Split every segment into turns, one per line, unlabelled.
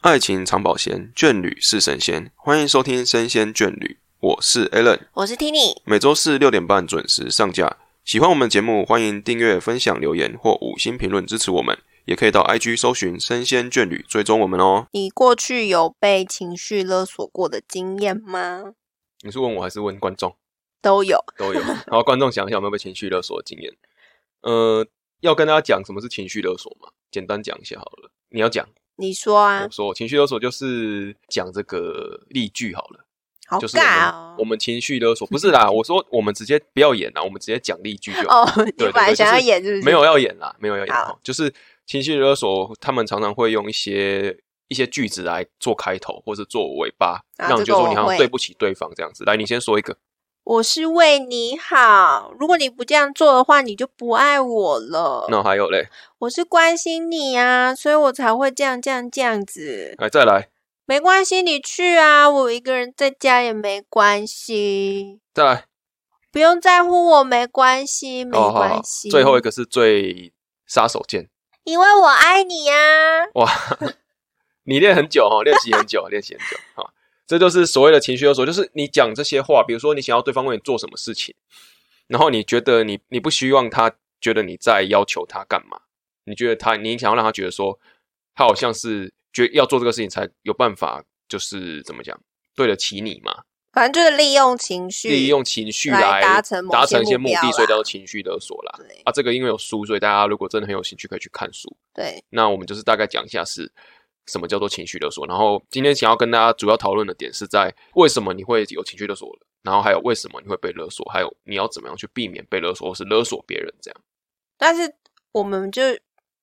爱情长保鲜，眷侣是神仙。欢迎收听《生鲜眷侣》，我是 Alan，
我是 Tini，
每周四六点半准时上架。喜欢我们节目，欢迎订阅、分享、留言或五星评论支持我们，也可以到 IG 搜寻“生鲜眷侣”追踪我们哦。
你过去有被情绪勒索过的经验吗？
你是问我还是问观众？
都有，
都有。 然后观众想一想有没有被情绪勒索的经验？呃，要跟大家讲什么是情绪勒索吗？简单讲一下好了。你要讲，
你说啊
我，说情绪勒索就是讲这个例句好了。
好
就是我们
尬哦
我。们情绪勒索不是 啦，我说我们直接不要演啦，我们直接讲例句就好。
哦， 你
对对
本来
对
想
就
要
是
演是不是？
没有要演啦，没有要演
好
哦，就是情绪勒索，他们常常会用一些一些句子来做开头或者做尾巴，
啊
让
这
你就
个
说
我
你好像
会
对不起对方这样子。来，你先说一个，
我是为你好，如果你不这样做的话，你就不爱我了。
那还有嘞，
我是关心你啊，所以我才会这样这样这样子。
来再来
没关系，你去啊，我一个人在家也没关系，
再来，
不用在乎我，没关系，没
哦好好
关，系。
最后一个是最杀手锏，
因为我爱你啊。
哇，你练很久哦，练习很久，练习很久哈、好这就是所谓的情绪勒索，就是你讲这些话，比如说你想要对方为你做什么事情，然后你觉得你你不希望他觉得你在要求他干嘛，你觉得他你想要让他觉得说他好像是觉要做这个事情才有办法，就是怎么讲对得起你嘛，
反正就是利用情绪，
利用情绪
来
来
达成某
达
些
成一些
目
目
标
的，所以
啦
叫做情绪勒索啦。
对
啊，这个因为有书，所以大家如果真的很有兴趣，可以去看书。
对，
那我们就是大概讲一下是什么叫做情绪勒索，然后今天想要跟大家主要讨论的点是在为什么你会有情绪勒索，然后还有为什么你会被勒索，还有你要怎么样去避免被勒索或是勒索别人这样。
但是我们就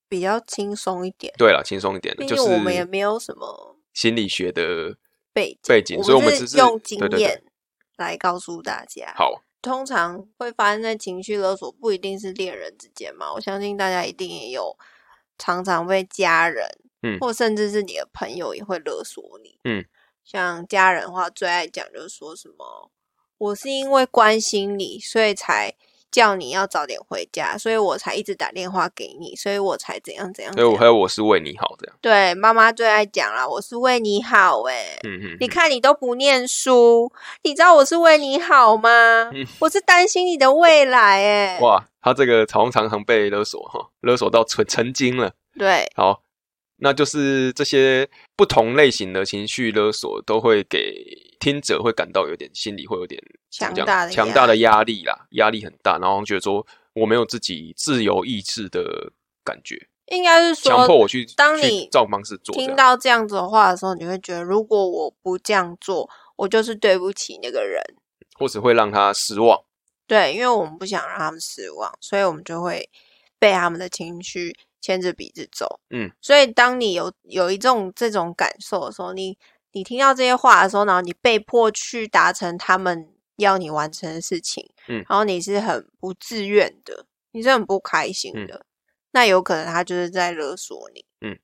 比较轻松一点，
对了，轻松一点的
毕
就
竟
是
我们也没有什么
心理学的
背景，
背景，所以
我
我们
是
只是
用经
对对对
验啊来告诉大家。
好，
通常会发生在情绪勒索，不一定是恋人之间嘛，我相信大家一定也有常常被家人，
嗯
或甚至是你的朋友也会勒索你，
嗯，
像家人的话，最爱讲就是说什么，我是因为关心你，所以才。叫你要早点回家，所以我才一直打电话给你，所以我才怎样怎样
还
怎
有
样。
还有我是为你好这样，
对，妈妈最爱讲啦，我是为你好欸诶、
嗯嗯，
你看你都不念书，你知道我是为你好吗？
嗯
我是担心你的未来诶、
哇，他这个常常常被勒索哈，勒索到成成精了。
对，
好，那就是这些不同类型的情绪勒索都会给听者会感到有点心里会有点怎么
强
讲
大的
强
压
大的
力
压力啦，压力很大，然后好像觉得说我没有自己自由意志的感觉，
应该是
强迫
说，
我去
当
去
你
照方式做这样，
听到这样子的话的时候，你会觉得，如果我不这样做，我就是对不起那个人。
或者会让他失望。
对，因为我们不想让他们失望，所以我们就会被他们的情绪牵着鼻子走。
嗯，
所以当你有有一种这种感受的时候，你你听到这些话的时候，然后你被迫去达成他们要你完成的事情，
嗯
然后你是很不自愿的，你是很不开心
嗯
的，那有可能他就是在勒索你。
嗯，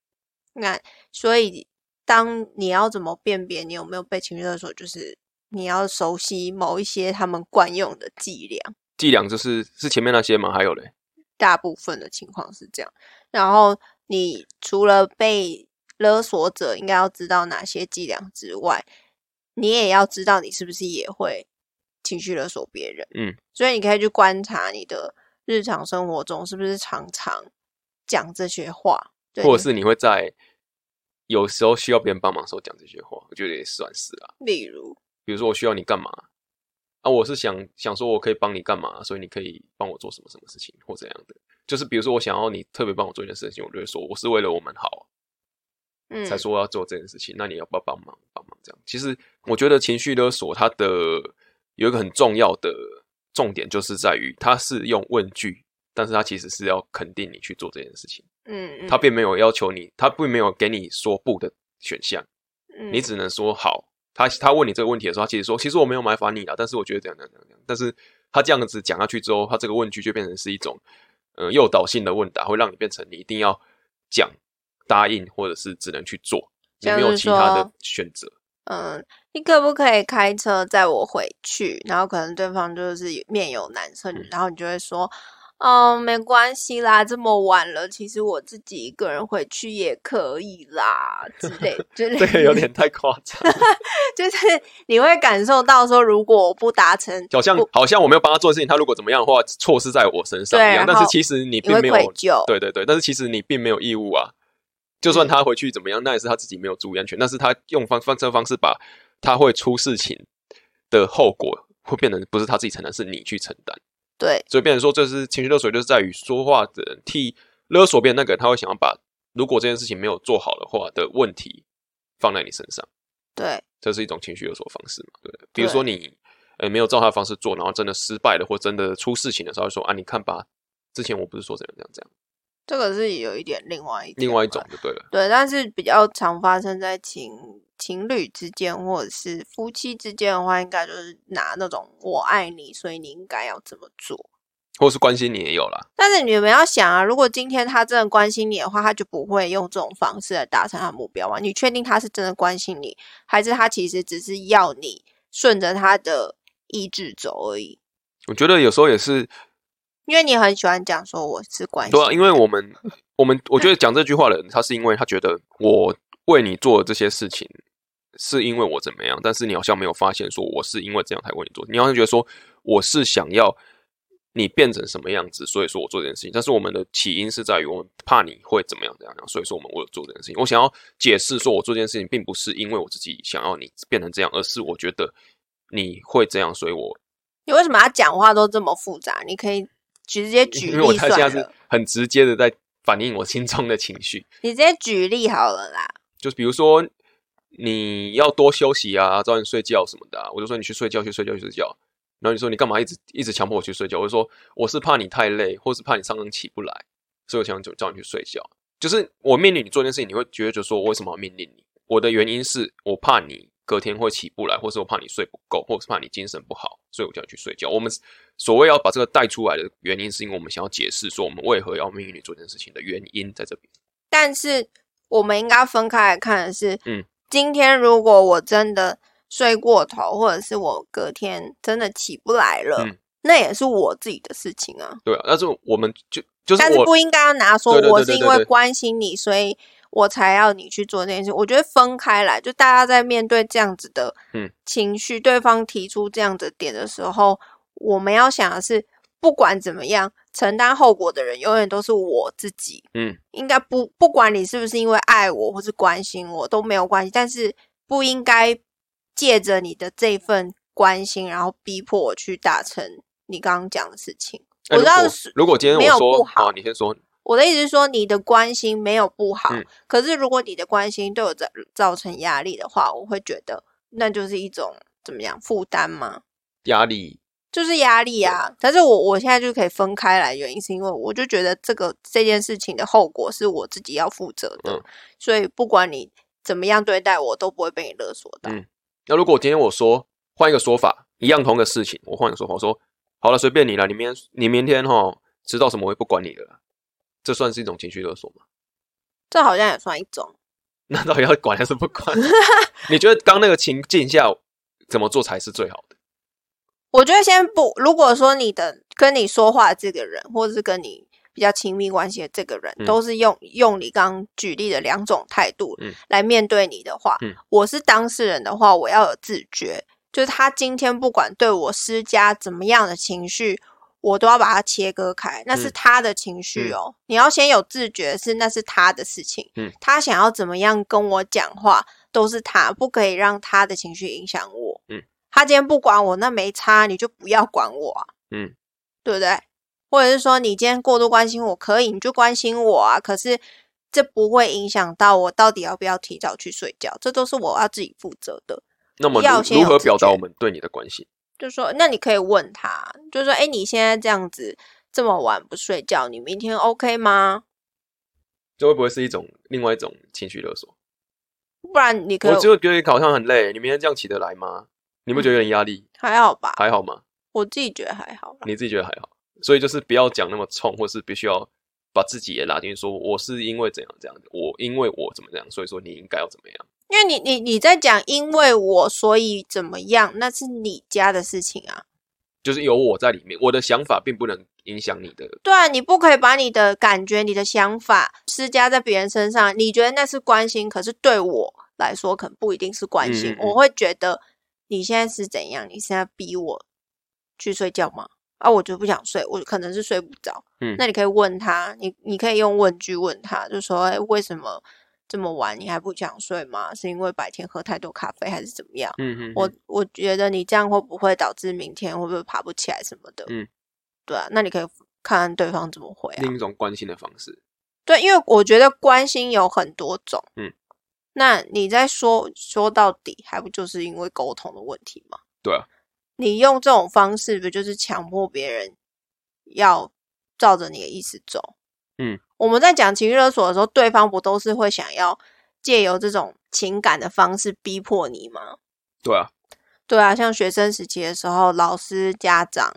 那所以当你要怎么辨别你有没有被情绪勒索，就是。你要熟悉某一些他们惯用的伎俩，
伎俩就是是前面那些吗？还有嘞，
大部分的情况是这样。然后你除了被勒索者应该要知道哪些伎俩之外，你也要知道你是不是也会情绪勒索别人。
嗯，
所以你可以去观察你的日常生活中是不是常常讲这些话，对
或者是你会在有时候需要别人帮忙的时候讲这些话，我觉得也算是啦。
例如，
比如说我需要你干嘛啊，我是想想说我可以帮你干嘛，所以你可以帮我做什么什么事情或怎样的。就是比如说我想要你特别帮我做一件事情，我就会说我是为了我们好
嗯，
才说要做这件事情，那你要不要帮忙帮忙这样？其实我觉得情绪勒索它的有一个很重要的重点，就是在于它是用问句。但是它其实是要肯定你去做这件事情，
嗯，嗯，
它并没有要求你，它并没有给你说不的选项，
嗯
你只能说好。他他问你这个问题的时候，他其实说，其实我没有麻烦你啦，但是我觉得怎样怎样怎样怎样。但是他这样子讲下去之后，他这个问句就变成是一种呃诱导性的问答，会让你变成你一定要讲答应，或者是只能去做，你没有
像是
其他的
说
选择。
嗯，你可不可以开
嗯
车载我回去？然后可能对方就是面有难色，然后你就会说，嗯，没关系啦，这么晚了，其实我自己一个人回去也可以啦，之类之 类
这
的，
个有点太夸张 了，
就是你会感受到说，如果我不达成，
好像好像我没有帮他做的事情，他如果怎么样的话，错是在我身上
对
一样。
然
但
后
是其实你
你
并
会
没有
愧疚，
对对对，但是其实你并没有义务啊。就算他回去怎么样，那也是他自己没有注意安全，但是他用方方这方式把他会出事情的后果会变成不是他自己承担，是你去承担。
对
所以变成说，这是情绪勒索，就是在于说话的人替勒索别人那个人，他会想要把如果这件事情没有做好的话的问题放在你身上，
对
这是一种情绪勒索方式嘛？对不对，比如说你呃没有照他的方式做，然后真的失败了或真的出事情的时候，说啊你看吧，之前我不是说怎样怎样怎样，
这个是有一点另外一
另外一种
点
就
了
对了，
对，但是比较常发生在情情侣之间或者是夫妻之间的话，应该就是拿那种“我爱你”，所以你应该要怎么做。
或是关心你也有啦，
但是你们要想啊，如果今天他真的关心你的话，他就不会用这种方式来达成他的目标嘛？你确定他是真的关心你，还是他其实只是要你顺着他的意志走而已？
我觉得有时候也是
因为你很喜欢讲说我是关心
对
你的，
啊，因为我们我们我觉得讲这句话的人，他是因为他觉得我为你做的这些事情，是因为我怎么样，但是你好像没有发现说我是因为这样才为你做，你好像觉得说我是想要你变成什么样子，所以说我做这件事情。但是我们的起因是在于我们怕你会怎么样怎样怎样，所以说我们为了做这件事情，我想要解释说我做这件事情并不是因为我自己想要你变成这样，而是我觉得你会这样，所以我
你为什么要讲话都这么复杂？你可以直接举
因为我
例
他现在
算
是
了，
很直接的在反映我心中的情绪。
你直接举例好了啦。
就是比如说你要多休息啊，早点睡觉什么的、啊，我就说你去睡觉，去睡觉，去睡觉。然后你说你干嘛一直一直强迫我去睡觉？我就说我是怕你太累，或是怕你上班起不来，所以我想就叫你去睡觉。就是我命令你做一件事情，你会觉得说我为什么要命令你？我的原因是我怕你隔天会起不来，或是我怕你睡不够，或是怕你精神不好，所以我叫你去睡觉。我们所谓要把这个带出来的原因，是因为我们想要解释说我们为何要命令你做这件事情的原因在这边。
但是我们应该分开来看的是，
嗯，
今天如果我真的睡过头，或者是我隔天真的起不来了，
嗯
那也是我自己的事情啊。
对啊，但是我们就就是
但是
我
不应该要拿说
对对对
我是
对
因
对
为
对
关心你，所以我才要你去做这件事。我觉得分开来，就大家在面对这样子的
嗯
情绪，对方提出这样的点的时候，我们要想的是，不管怎么样，承担后果的人永远都是我自己。
嗯，
应该不不管你是不是因为爱我或是关心我都没有关系，但是不应该借着你的这份关心，然后逼迫我去达成你刚刚讲的事情。
哎
我知道
如果
是
如果今天
没有
我
不
说
好
啊，你先说，
我的意思是说，你的关心没有不好，
嗯
可是如果你的关心对我造造成压力的话，我会觉得那就是一种怎么样负担嘛，
压力
就是压力啊。但是我我现在就可以分开来，原因是因为我就觉得这个这件事情的后果是我自己要负责的，
嗯
所以不管你怎么样对待我，都不会被你勒索到。
嗯那如果今天我说换一个说法，一样同个事情，我换一个说法，我说好了，随便你了，你明天你明天哈吃到什么我也不管你了啦，这算是一种情绪勒索吗？
这好像也算一种，
那到底要管还是不 管？你觉得刚那个情境下怎么做才是最好的？
我觉得先不，如果说你的跟你说话的这个人，或者是跟你比较亲密关系的这个人，
嗯
都是用用你刚刚举例的两种态度
嗯
来面对你的话，
嗯
我是当事人的话，我要有自觉，就是他今天不管对我施加怎么样的情绪。我都要把它切割开，那是
嗯
他的情绪哦。你要先有自觉，是那是他的事情。
嗯
他想要怎么样跟我讲话，都是他，不可以让他的情绪影响我。他今天不管我，那没差，你就不要管我啊，
嗯，
对不对？或者是说，你今天过度关心我，可以你就关心我啊，可是这不会影响到我到底要不要提早去睡觉，这都是我要自己负责的。
那么
要先
如
有
如何
自
表达
觉
我们对你的关心？
就说，那你可以问他，就说，哎，你现在这样子这么晚不睡觉，你明天 OK 吗？
这会不会是一种另外一种情绪勒索？
不然你可
我
以
就觉得你好像很累，你明天这样起得来吗？你不觉得有点压力？
还好吧，
还好吗？
我自己觉得还好啦。
你自己觉得还好，所以就是不要讲那么冲，或是必须要把自己也拉进去，说我是因为怎样怎样，我因为我怎么样，所以说你应该要怎么样。
因为你你你在讲，因为我所以怎么样，那是你家的事情啊。
就是有我在里面，我的想法并不能影响你的。
对啊，你不可以把你的感觉、你的想法施加在别人身上。你觉得那是关心，可是对我来说，可能不一定是关心。
嗯嗯
我会觉得你现在是怎样？你现在逼我去睡觉吗？啊，我就不想睡，我可能是睡不着。
嗯
那你可以问他，你你可以用问句问他，就说：哎，为什么这么晚你还不想睡吗？是因为白天喝太多咖啡，还是怎么样？
嗯嗯，
我我觉得你这样会不会导致明天会不会爬不起来什么的？
嗯，
对啊，那你可以看看对方怎么回啊。
另一种关心的方式。
对，因为我觉得关心有很多种。
嗯，
那你在说说到底，还不就是因为沟通的问题吗？
对啊，
你用这种方式，不就是强迫别人要照着你的意思走？
嗯，
我们在讲情绪勒索的时候，对方不都是会想要借由这种情感的方式逼迫你吗？
对啊，
对啊，像学生时期的时候，老师、家长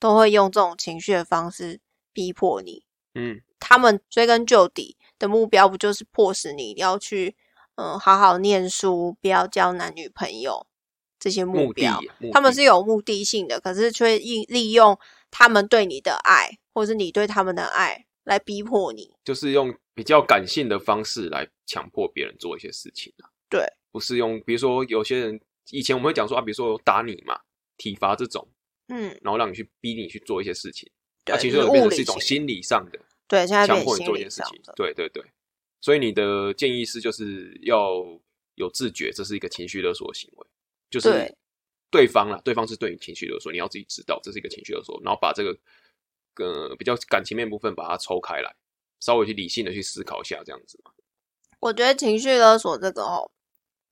都会用这种情绪的方式逼迫你。
嗯
他们追根究底的目标，不就是迫使你要去嗯好好念书，不要交男女朋友这些目
目的
标？
目
他们
的
是有目的性的，可是却利利用他们对你的爱，或是你对他们的爱来逼迫你。
就是用比较感性的方式来强迫别人做一些事情啊。
对，
不是用比如说有些人以前我们会讲说啊，比如说打你嘛，体罚这种，
嗯，
然后让你去逼你去做一些事情。
对，
啊、其实
就是
有变
物
成
理
是一种
性
心理上的
对，现在
强
变
迫你
心
做一
理
件事
上
情
的。。
对对对，所以你的建议是就是要有自觉，这是一个情绪勒索的行为，就是
对
对方啦，对方是对你情绪勒索，你要自己知道这是一个情绪勒索，然后把这个呃比较感情面部分把它抽开来，稍微去理性的去思考一下，这样子嘛。
我觉得情绪勒索这个哦，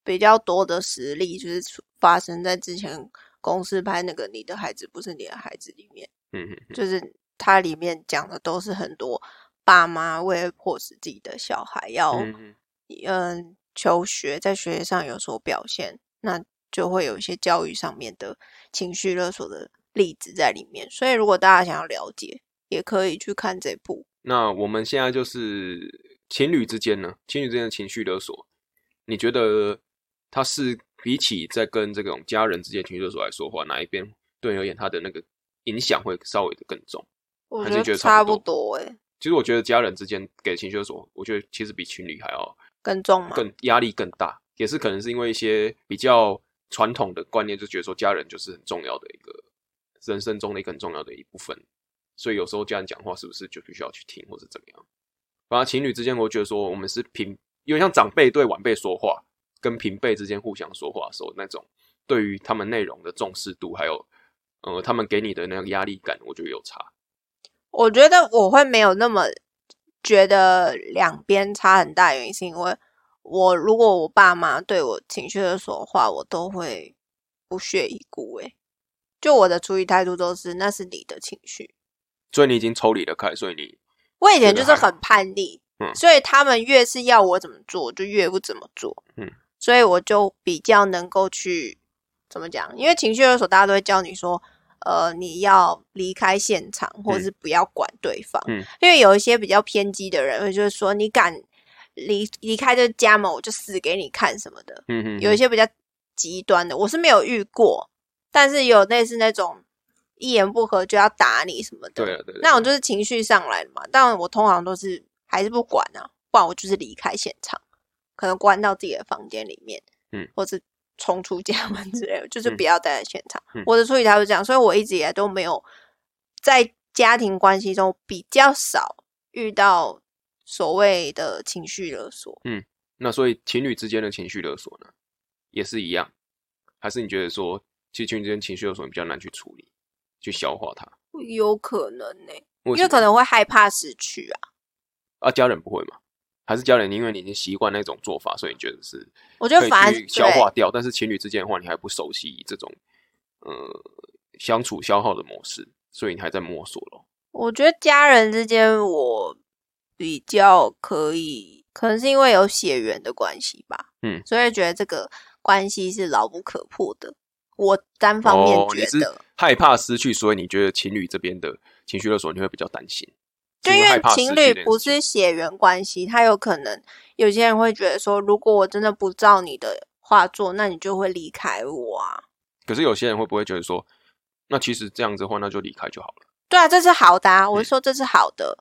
比较多的实例就是出发生在之前公司拍那个《你的孩子不是你的孩子》里面，
嗯嗯嗯，
就是它里面讲的都是很多爸妈为了迫使自己的小孩要
嗯嗯
嗯求学，在学业上有所表现，那就会有一些教育上面的情绪勒索的例子在里面。所以如果大家想要了解，也可以去看这部。
那我们现在就是情侣之间呢，情侣之间的情绪勒索，你觉得它是比起在跟这种家人之间情绪勒索来说的话，哪一边对你而言它的那个影响会稍微的更重？
我
还
觉
是你觉
得
得
差
差
不
不
多诶、欸，
其实我觉得家人之间给情绪勒索，我觉得其实比情侣还要
更重嘛。
更压力更大，也是可能是因为一些比较传统的观念，就觉得说家人就是很重要的一个人生中的一个很重要的一部分，所以有时候家人讲话是不是就必须要去听，或是怎么样？反正情侣之间，我觉得说我们是平，因为像长辈对晚辈说话，跟平辈之间互相说话的时候，那种对于他们内容的重视度，还有呃他们给你的那个压力感，我觉得有差。
我觉得我会没有那么觉得两边差很大，原因是因为我如果我爸妈对我情绪勒索的话，我都会不屑一顾。诶，就我的处理态度都是那是你的情绪。
所以你已经抽离了开，所以你
我以前就
觉得
是
还好
很叛逆，
嗯
所以他们越是要我怎么做，我就越不怎么做。
嗯，
所以我就比较能够去怎么讲，因为情绪勒索大家都会教你说，呃，你要离开现场，或者
嗯
是不要管对方。
嗯
因为有一些比较偏激的人，会就是说你敢离离开这家门，我就死给你看什么的。
嗯嗯
有一些比较极端的，我是没有遇过，但是有类似那种一言不合就要打你什么的。
对了对了，
那种就是情绪上来了嘛。但我通常都是还是不管啊，不然我就是离开现场，可能关到自己的房间里面，
嗯，
或是冲出家门之类的，就是
嗯
不要待在现场。
嗯
我的处理态度是这样，所以我一直以来都没有在家庭关系中比较少遇到所谓的情绪勒索。
那所以情侣之间的情绪勒索呢，也是一样，还是你觉得说，其实情侣之间情绪勒索你比较难去处理，去消化它？
有可能呢、
为
因为
什
可
么
能会害怕失去啊。
啊，家人不会嘛？还是家人因为你已经习惯那种做法，所以你觉得是
我觉
可
得
以
反而
去消
对
化掉？但是情侣之间的话，你还不熟悉这种呃相处消耗的模式，所以你还在摸索咯。
我觉得家人之间，我比较可以，可能是因为有血缘的关系吧，
嗯，
所以觉得这个关系是牢不可破的。我单方面
哦，你
觉
是
得，
害怕失去，所以你觉得情侣这边的情绪勒索你会比较担心，
就是因
害
为
怕失
情
去这
侣
件
不
事情
是血缘关系，他有可能有些人会觉得说，如果我真的不照你的话做，那你就会离开我啊。
可是有些人会不会觉得说，那其实这样子的话，那就离开就好了？
对啊，这是好的、啊，我是说这是好的。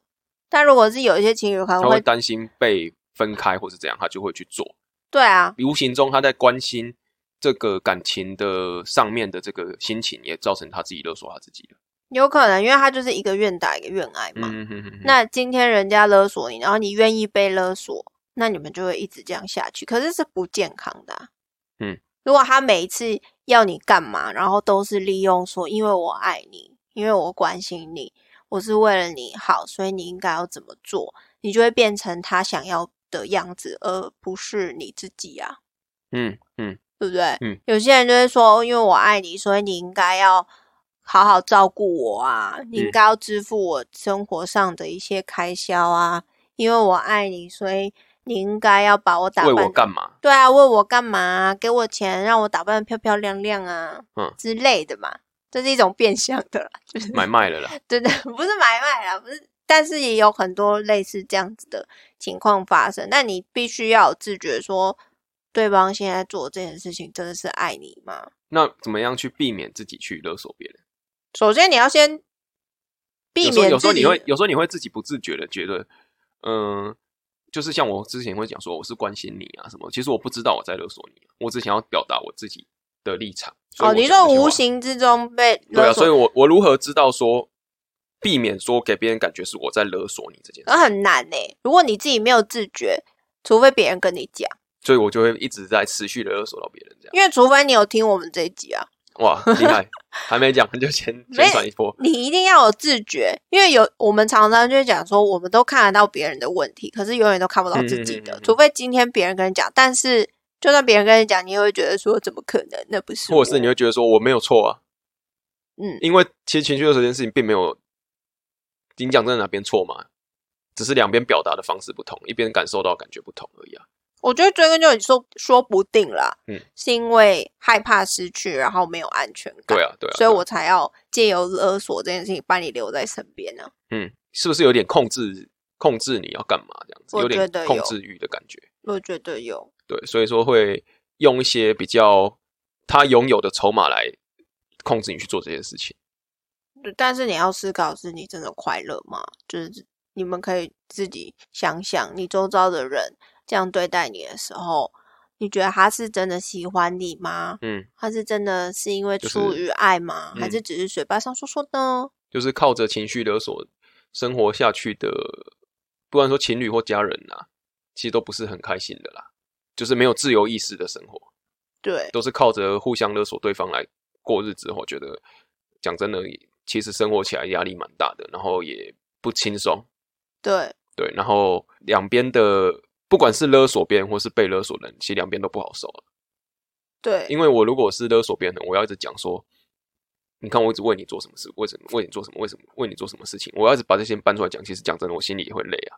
但如果是有一些情侣可能
嗯他
会
会，担心被分开或是怎样，他就会去做。
对啊，
无形中他在关心这个感情的上面的这个心情，也造成他自己勒索他自己了。
有可能，因为他就是一个愿打一个愿挨嘛。
嗯哼哼哼，
那今天人家勒索你，然后你愿意被勒索，那你们就会一直这样下去，可是是不健康的、啊。
嗯，
如果他每一次要你干嘛，然后都是利用说，因为我爱你，因为我关心你，我是为了你好，所以你应该要怎么做，你就会变成他想要的样子，而不是你自己啊。
嗯嗯，
对不对？
嗯
有些人就会说，哦因为我爱你，所以你应该要好好照顾我啊，你应该要支付我生活上的一些开销啊，因为我爱你，所以你应该要把我打
为
扮
我干嘛？
对啊，为我干嘛啊、给我钱，让我打扮得漂漂亮亮啊，
嗯
之类的嘛，这是一种变相的啦，就是
买卖了啦。
真的不是买卖啦，不是，但是也有很多类似这样子的情况发生。那你必须要有自觉说，对方现在做这件事情真的是爱你吗？
那怎么样去避免自己去勒索别人？
首先你要先避
有时候
免
有时候
自己哦
你会有时候你会自己不自觉的觉得，嗯、就是像我之前会讲说我是关心你啊什么，其实我不知道我在勒索你，啊我只想要表达我自己的立场。所以
哦，
我
你
讲
说
这些话
无形之中被
对啊，
勒
所
索，
以我我如何知道说避免说给别人感觉是我在勒索你这件事？
那很难呢、如果你自己没有自觉，除非别人跟你讲，
所以我就会一直在持续的勒索到别人 这样。
因为除非你有听我们这一集啊，
哇，厉害！还没讲就 先
没
先转一波。
你一定要有自觉，因为有我们常常就会讲说，我们都看得到别人的问题，可是永远都看不到自己
嗯
的，
嗯嗯嗯
除非今天别人跟你讲。但是就算别人跟你讲，你也会觉得说，怎么可能？那不是我，
或者是你会觉得说我没有错啊，
嗯，
因为其实情绪勒索这件事情并没有，你讲真的哪边错嘛，只是两边表达的方式不同，一边感受到感觉不同而已啊。
我觉得追根究底说说不定啦，
嗯
是因为害怕失去，然后没有安全感，
对啊，对啊，对
所以
啊
我才要借由勒索这件事情把你留在身边啊呢、
嗯，是不是有点控制控制你要干嘛这样子，
我
有
觉
点
得有
控制欲的感觉。
我觉得有，
对，所以说会用一些比较他拥有的筹码来控制你去做这些事情。
但是你要思考，是你真的快乐吗？就是你们可以自己想想，你周遭的人这样对待你的时候，你觉得他是真的喜欢你吗？
嗯，
他是真的是因为
就是
出于爱吗？
嗯
还是只是嘴巴上说说呢？
就是靠着情绪勒索生活下去的，不管说情侣或家人啊，其实都不是很开心的啦。就是没有自由意识的生活，
对，
都是靠着互相勒索对方来过日子。我觉得讲真的，其实生活起来压力蛮大的，然后也不轻松。
对，
对，然后两边的不管是勒索别人或是被勒索人，其实两边都不好受啊
对，
因为我如果是勒索别人，我要一直讲说，你看我一直为你做什么事，为什么为你做什么，为什么为你做什么事情，我要一直把这些搬出来讲，其实讲真的，我心里也会累啊。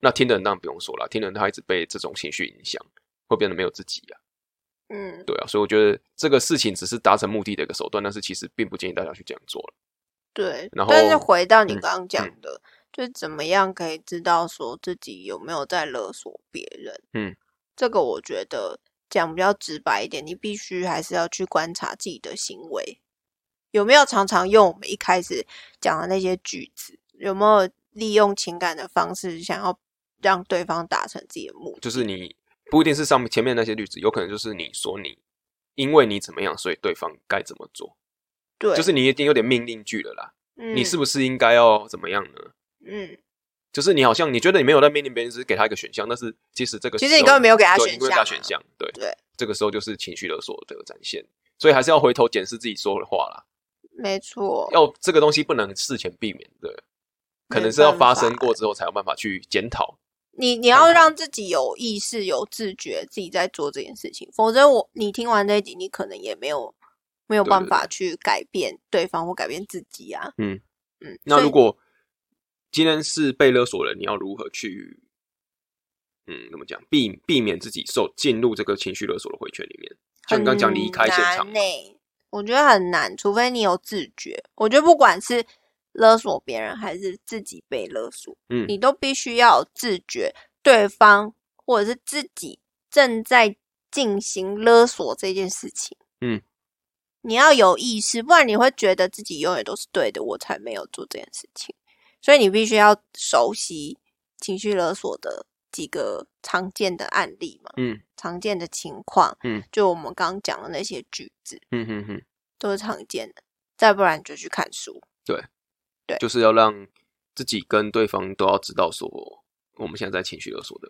那听的人当然不用说了，听的人他一直被这种情绪影响，会变得没有自己啊。
嗯，
对啊，所以我觉得这个事情只是达成目的的一个手段，但是其实并不建议大家去这样做了。
对。
然后
但是回到你
嗯
刚刚讲的，就是怎么样可以知道说自己有没有在勒索别人？
嗯，
这个我觉得讲比较直白一点，你必须还是要去观察自己的行为有没有常常用我们一开始讲的那些句子，有没有利用情感的方式想要让对方达成自己的目的。
就是你不一定是上面前面那些例子，有可能就是你说你因为你怎么样，所以对方该怎么做，
对，嗯
就是你已经有点命令句了啦。你
你
是不是应该要怎么样呢？
嗯，嗯
就是你好像你觉得你没有在命令别人，只是给他一个选项，但是其实这个
其
时
实你
候
根本没有给他
对
选
你没有给
项
他
啊
选项，对
对，
这个时候就是情绪勒索的展现，所以还是要回头检视自己说的话啦，
没错，
要这个东西不能事前避免，对，可能是要发生过之后才有办法去检讨，
你你要让自己有意识、有自觉，自己在做这件事情，否则我你听完这一集，你可能也没有没有
对
办
对
法去改变对方或改变自己啊。
嗯
嗯，
那
所以
如果今天是被勒索了，你要如何去，嗯，怎么讲，避避免自己受进入这个情绪勒索的回圈里面？像
很
你刚讲离开现场
难，欸我觉得很难，除非你有自觉。我觉得不管是勒索别人还是自己被勒索，
嗯
你都必须要有自觉，对方或者是自己正在进行勒索这件事情。
嗯，
你要有意识，不然你会觉得自己永远都是对的，我才没有做这件事情。所以你必须要熟悉情绪勒索的几个常见的案例嘛，
嗯
常见的情况，
嗯，
就我们刚刚讲的那些句子
嗯嗯嗯，
都是常见的。再不然你就去看书，对
就是要让自己跟对方都要知道说，我们现在在情绪勒索的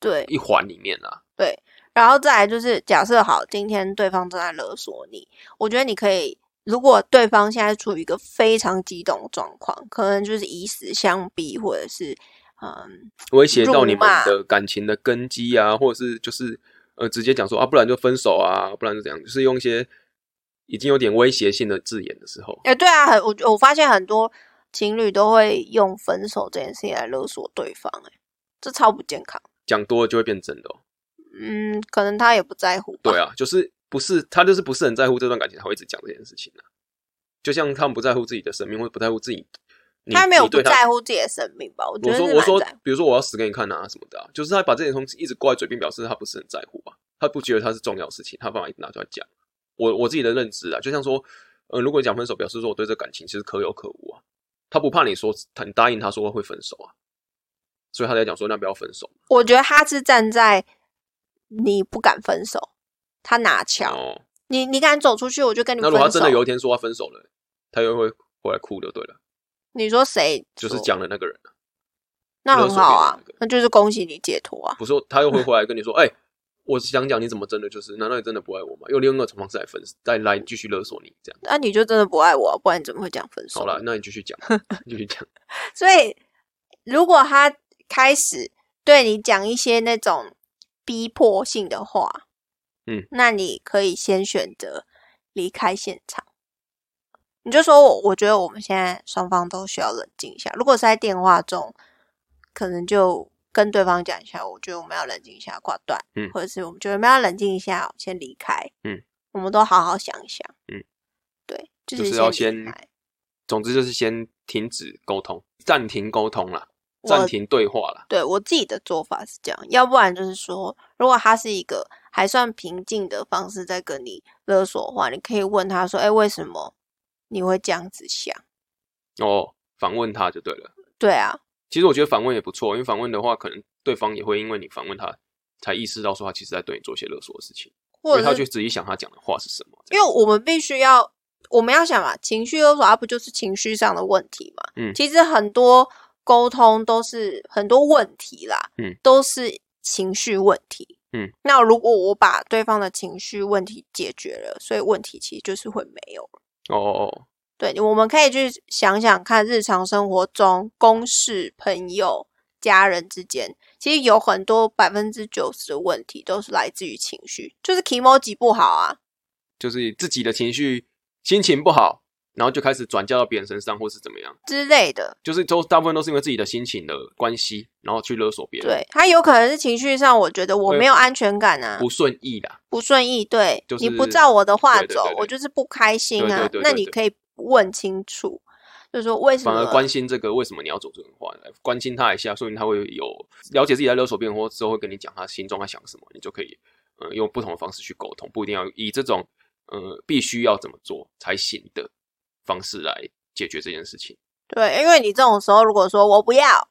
对，
一环里面啊啦。
然后再来就是，假设好，今天对方正在勒索你，我觉得你可以，如果对方现在处于一个非常激动的状况，可能就是以死相逼，或者是嗯，
威胁到你
辱
们
骂
的感情的根基啊，或者是就是呃直接讲说啊，不然就分手啊，不然就怎样，就是用一些已经有点威胁性的字眼的时候，
哎，对啊，很我我发现很多情侣都会用分手这件事情来勒索对方、哎，这超不健康。
讲多了就会变真的、哦。
嗯，可能他也不在乎吧。
对啊，就是不是他就是不是很在乎这段感情，才会一直讲这件事情啊。就像他们不在乎自己的生命，或者不在乎自己，你
他没有
你
不
对他
在乎自己的生命吧？我觉
我
得
说
是
我
蛮
说
在乎，
比如说我要死给你看啊什么的、啊，就是他把这点东西一直挂在嘴边，表示他不是很在乎吧，他不觉得它是重要的事情，他把它一直拿出来讲。我我自己的认知啊，就像说，呃，如果你讲分手，表示说我对这感情其实可有可无啊，他不怕你说他你答应他说会分手啊，所以他才讲说那不要分手
我觉得他是站在你不敢分手，他拿枪。
哦。
你你敢走出去，我就啊跟你
那
分
如
手。
果他真的有一天说他分手了，他又会回来哭就对了，
你说谁
就
说？
是讲的那个人啊，
那
勒
很
索
好
别人那
啊
个，
那就是恭喜你解脱啊。
不是他又会回来跟你说，哎、 我想讲你怎么真的就是，难道你真的不爱我吗？用另外一种方式来分，再来继续勒索你这样。
那、你就真的不爱我啊、不然你怎么会讲分手？
好了，那你继 续讲，你继续讲。
所以如果他开始对你讲一些那种逼迫性的话，
嗯，
那你可以先选择离开现场。你就说我，我觉得我们现在双方都需要冷静一下。如果是在电话中，可能就跟对方讲一下，我觉得我们要冷静一下，挂断，
嗯
或者是我们觉得我们要冷静一下，先离开，
嗯，
我们都好好想一想，
嗯，
对，就
就是是要
离
先
开
总之就是先停止沟通，暂停沟通啦，
我
暂停对话啦。
对我自己的做法是这样，要不然就是说，如果他是一个还算平静的方式在跟你勒索的话，你可以问他说：“哎，为什么你会这样子想
哦，反问他就对了。？”
对啊，
其实我觉得反问也不错，因为反问的话，可能对方也会因为你反问他，才意识到说他其实在对你做一些勒索的事情，因
或
为他
者
就是仔细想他讲的话是什么。这
因
样
为我们必须要，我们要想嘛，情绪勒索啊它不就是情绪上的问题嘛？
嗯
其实很多沟通都是很多问题啦，
嗯，
都是情绪问题。
嗯，
那如果我把对方的情绪问题解决了，所以问题其实就是会没有。
哦哦哦，
对，我们可以去想想看，日常生活中、公事、朋友、家人之间，其实有很多百分之九十的问题都是来自于情绪，就是 emoji 不好啊。
就是自己的情绪心情不好，然后就开始转嫁到别人身上，或是怎么样，
之类的，
就是都大部分都是因为自己的心情的关系，然后去勒索别人，
对，他有可能是情绪上，我觉得我
会
没有安全感啊，
不顺意啦。
不顺意，对、
就是
你不照我的话
对对
走，
对对
我就是不开心啊。
对对对对
那你
对
可以问清楚，就是说为什
反
么
而关心这个为什么你要走这种话，关心他一下，说明他会有了解自己在勒索别人或之后会跟你讲他心中在想什么，你就可以呃用不同的方式去沟通，不一定要以这种呃必须要怎么做才行的方式来解决这件事情。
对，因为你这种时候，如果说我不要，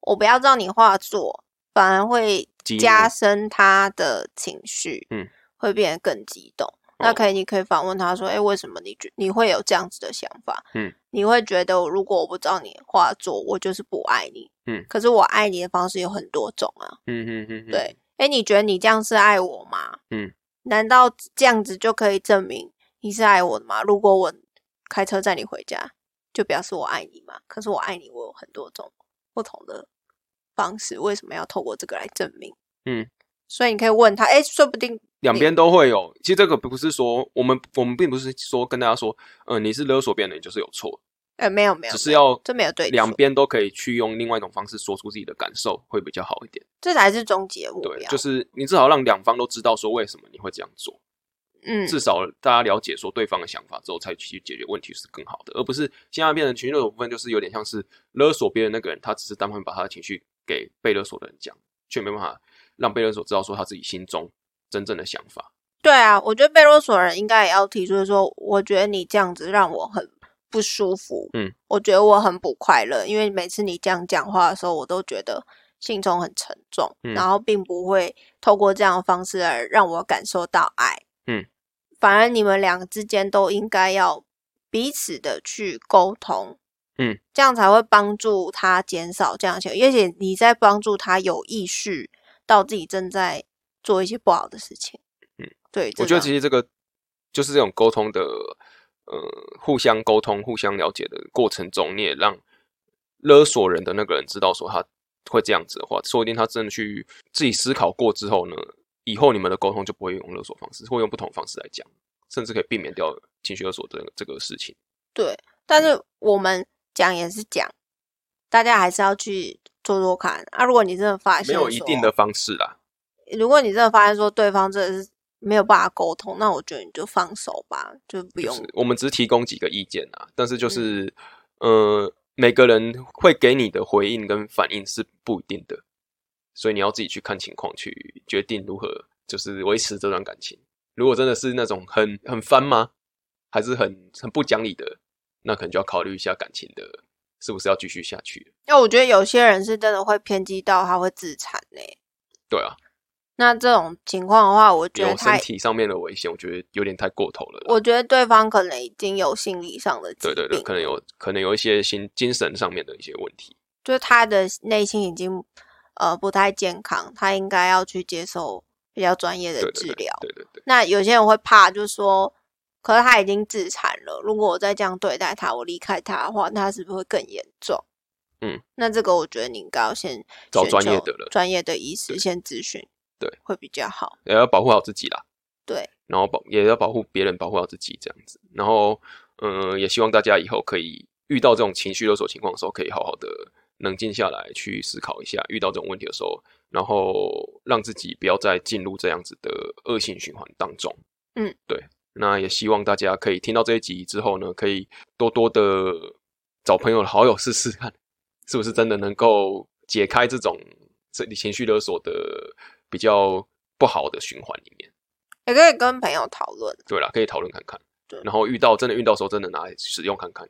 我不要照你话做，反而会
激怒
加深他的情绪，
嗯，
会变得更激动。那
哦
可以，你可以反问他说：“哎，为什么你觉你会有这样子的想法？
嗯，
你会觉得如果我不照你话做，我就是不爱你。
嗯
可是我爱你的方式有很多种啊。
嗯嗯嗯，嗯
对，哎，你觉得你这样是爱我吗？
嗯，
难道这样子就可以证明你是爱我的吗？如果我开车载你回家，就表示我爱你嘛。可是我爱你，我有很多种不同的方式，为什么要透过这个来证明？
嗯，
所以你可以问他，哎，说不定
两边都会有。其实这个不是说我们我们并不是说跟大家说，呃，你是勒索别人，你就是有错，
哎，没有没有，
只是
没有
要
这没有对
两
错
边都可以去用另外一种方式说出自己的感受，会比较好一点。
这才是终极的目
对，
标。
就是你至少让两方都知道说为什么你会这样做，
嗯，
至少大家了解说对方的想法之后，才去解决问题是更好的，而不是现在变成情绪勒索部分，就是有点像是勒索别人那个人，他只是单方面把他的情绪给被勒索的人讲，却没办法让被勒索知道说他自己心中真正的想法。
对啊，我觉得被勒索的人应该也要提出说，我觉得你这样子让我很不舒服，
嗯，
我觉得我很不快乐，因为每次你这样讲话的时候，我都觉得心中很沉重，
嗯
然后并不会透过这样的方式而让我感受到爱，
嗯，
反而你们两个之间都应该要彼此的去沟通，
嗯，
这样才会帮助他减少这样的行为，而且你在帮助他有意识到自己正在做一些不好的事情。对，
嗯我
这
觉得
种
其实这个就是这种沟通的，呃，互相沟通、互相了解的过程中，你也让勒索人的那个人知道说他会这样子的话，说不定他真的去自己思考过之后呢，以后你们的沟通就不会用勒索方式，会用不同方式来讲，甚至可以避免掉情绪勒索这个这个事情。
对，但是我们讲也是讲，大家还是要去做做看啊。如果你真的发现
没有一
说
定的，方式啦，
如果你真的发现说对方真的是没有办法沟通，那我觉得你就放手吧，就不
就
用。
是我们只是提供几个意见啊，但是就是、
嗯
呃，每个人会给你的回应跟反应是不一定的，所以你要自己去看情况去决定如何就是维持这段感情。如果真的是那种很很翻吗，还是很很不讲理的，那可能就要考虑一下感情的是不是要继续下去。
那我觉得有些人是真的会偏激到他会自残嘞、
对啊，
那这种情况的话，我觉得
有身
他，
体上面的危险，我觉得有点太过头了啦。
我觉得对方可能已经有心理上的疾
对
病，
对对，可能有可能有一些心精神上面的一些问题。
就是他的内心已经呃不太健康，他应该要去接受比较专业
对
的
对
治
对
疗。
对对对。
那有些人会怕，就说，可是他已经自残了，如果我再这样对待他，我离开他的话，那他是不是会更严重？
嗯，
那这个我觉得你应该要先
找
寻
专业
求
的了
专业的医师先咨询，
对，
会比较好。
也要保护好自己啦。
对，
然后保也要保护别人，保护好自己这样子。然后，嗯，也希望大家以后可以遇到这种情绪勒索情况的时候，可以好好的冷静下来，去思考一下遇到这种问题的时候，然后让自己不要再进入这样子的恶性循环当中。
嗯，
对。那也希望大家可以听到这一集之后呢，可以多多的找朋友好友试试看，是不是真的能够解开这种这情绪勒索的比较不好的循环里面。
也可以跟朋友讨论，
对啦，可以讨论看看
对。
然后遇到真的遇到的时候，真的拿来使用看看，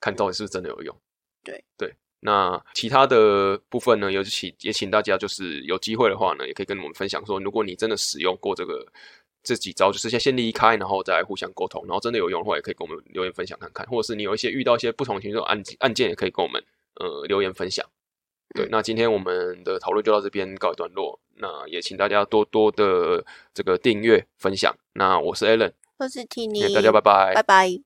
看到底是不是真的有用。
对
对，那其他的部分呢，也请也请大家就是有机会的话呢，也可以跟我们分享说，如果你真的使用过这个这几招，就是先先离开，然后再互相沟通，然后真的有用的话，也可以跟我们留言分享看看，或者是你有一些遇到一些不同情绪的案案件，也可以跟我们呃留言分享。对，那今天我们的讨论就到这边告一段落。那也请大家多多的这个订阅分享。那我是 Alan，
或是替
也
你
大家拜拜
拜拜。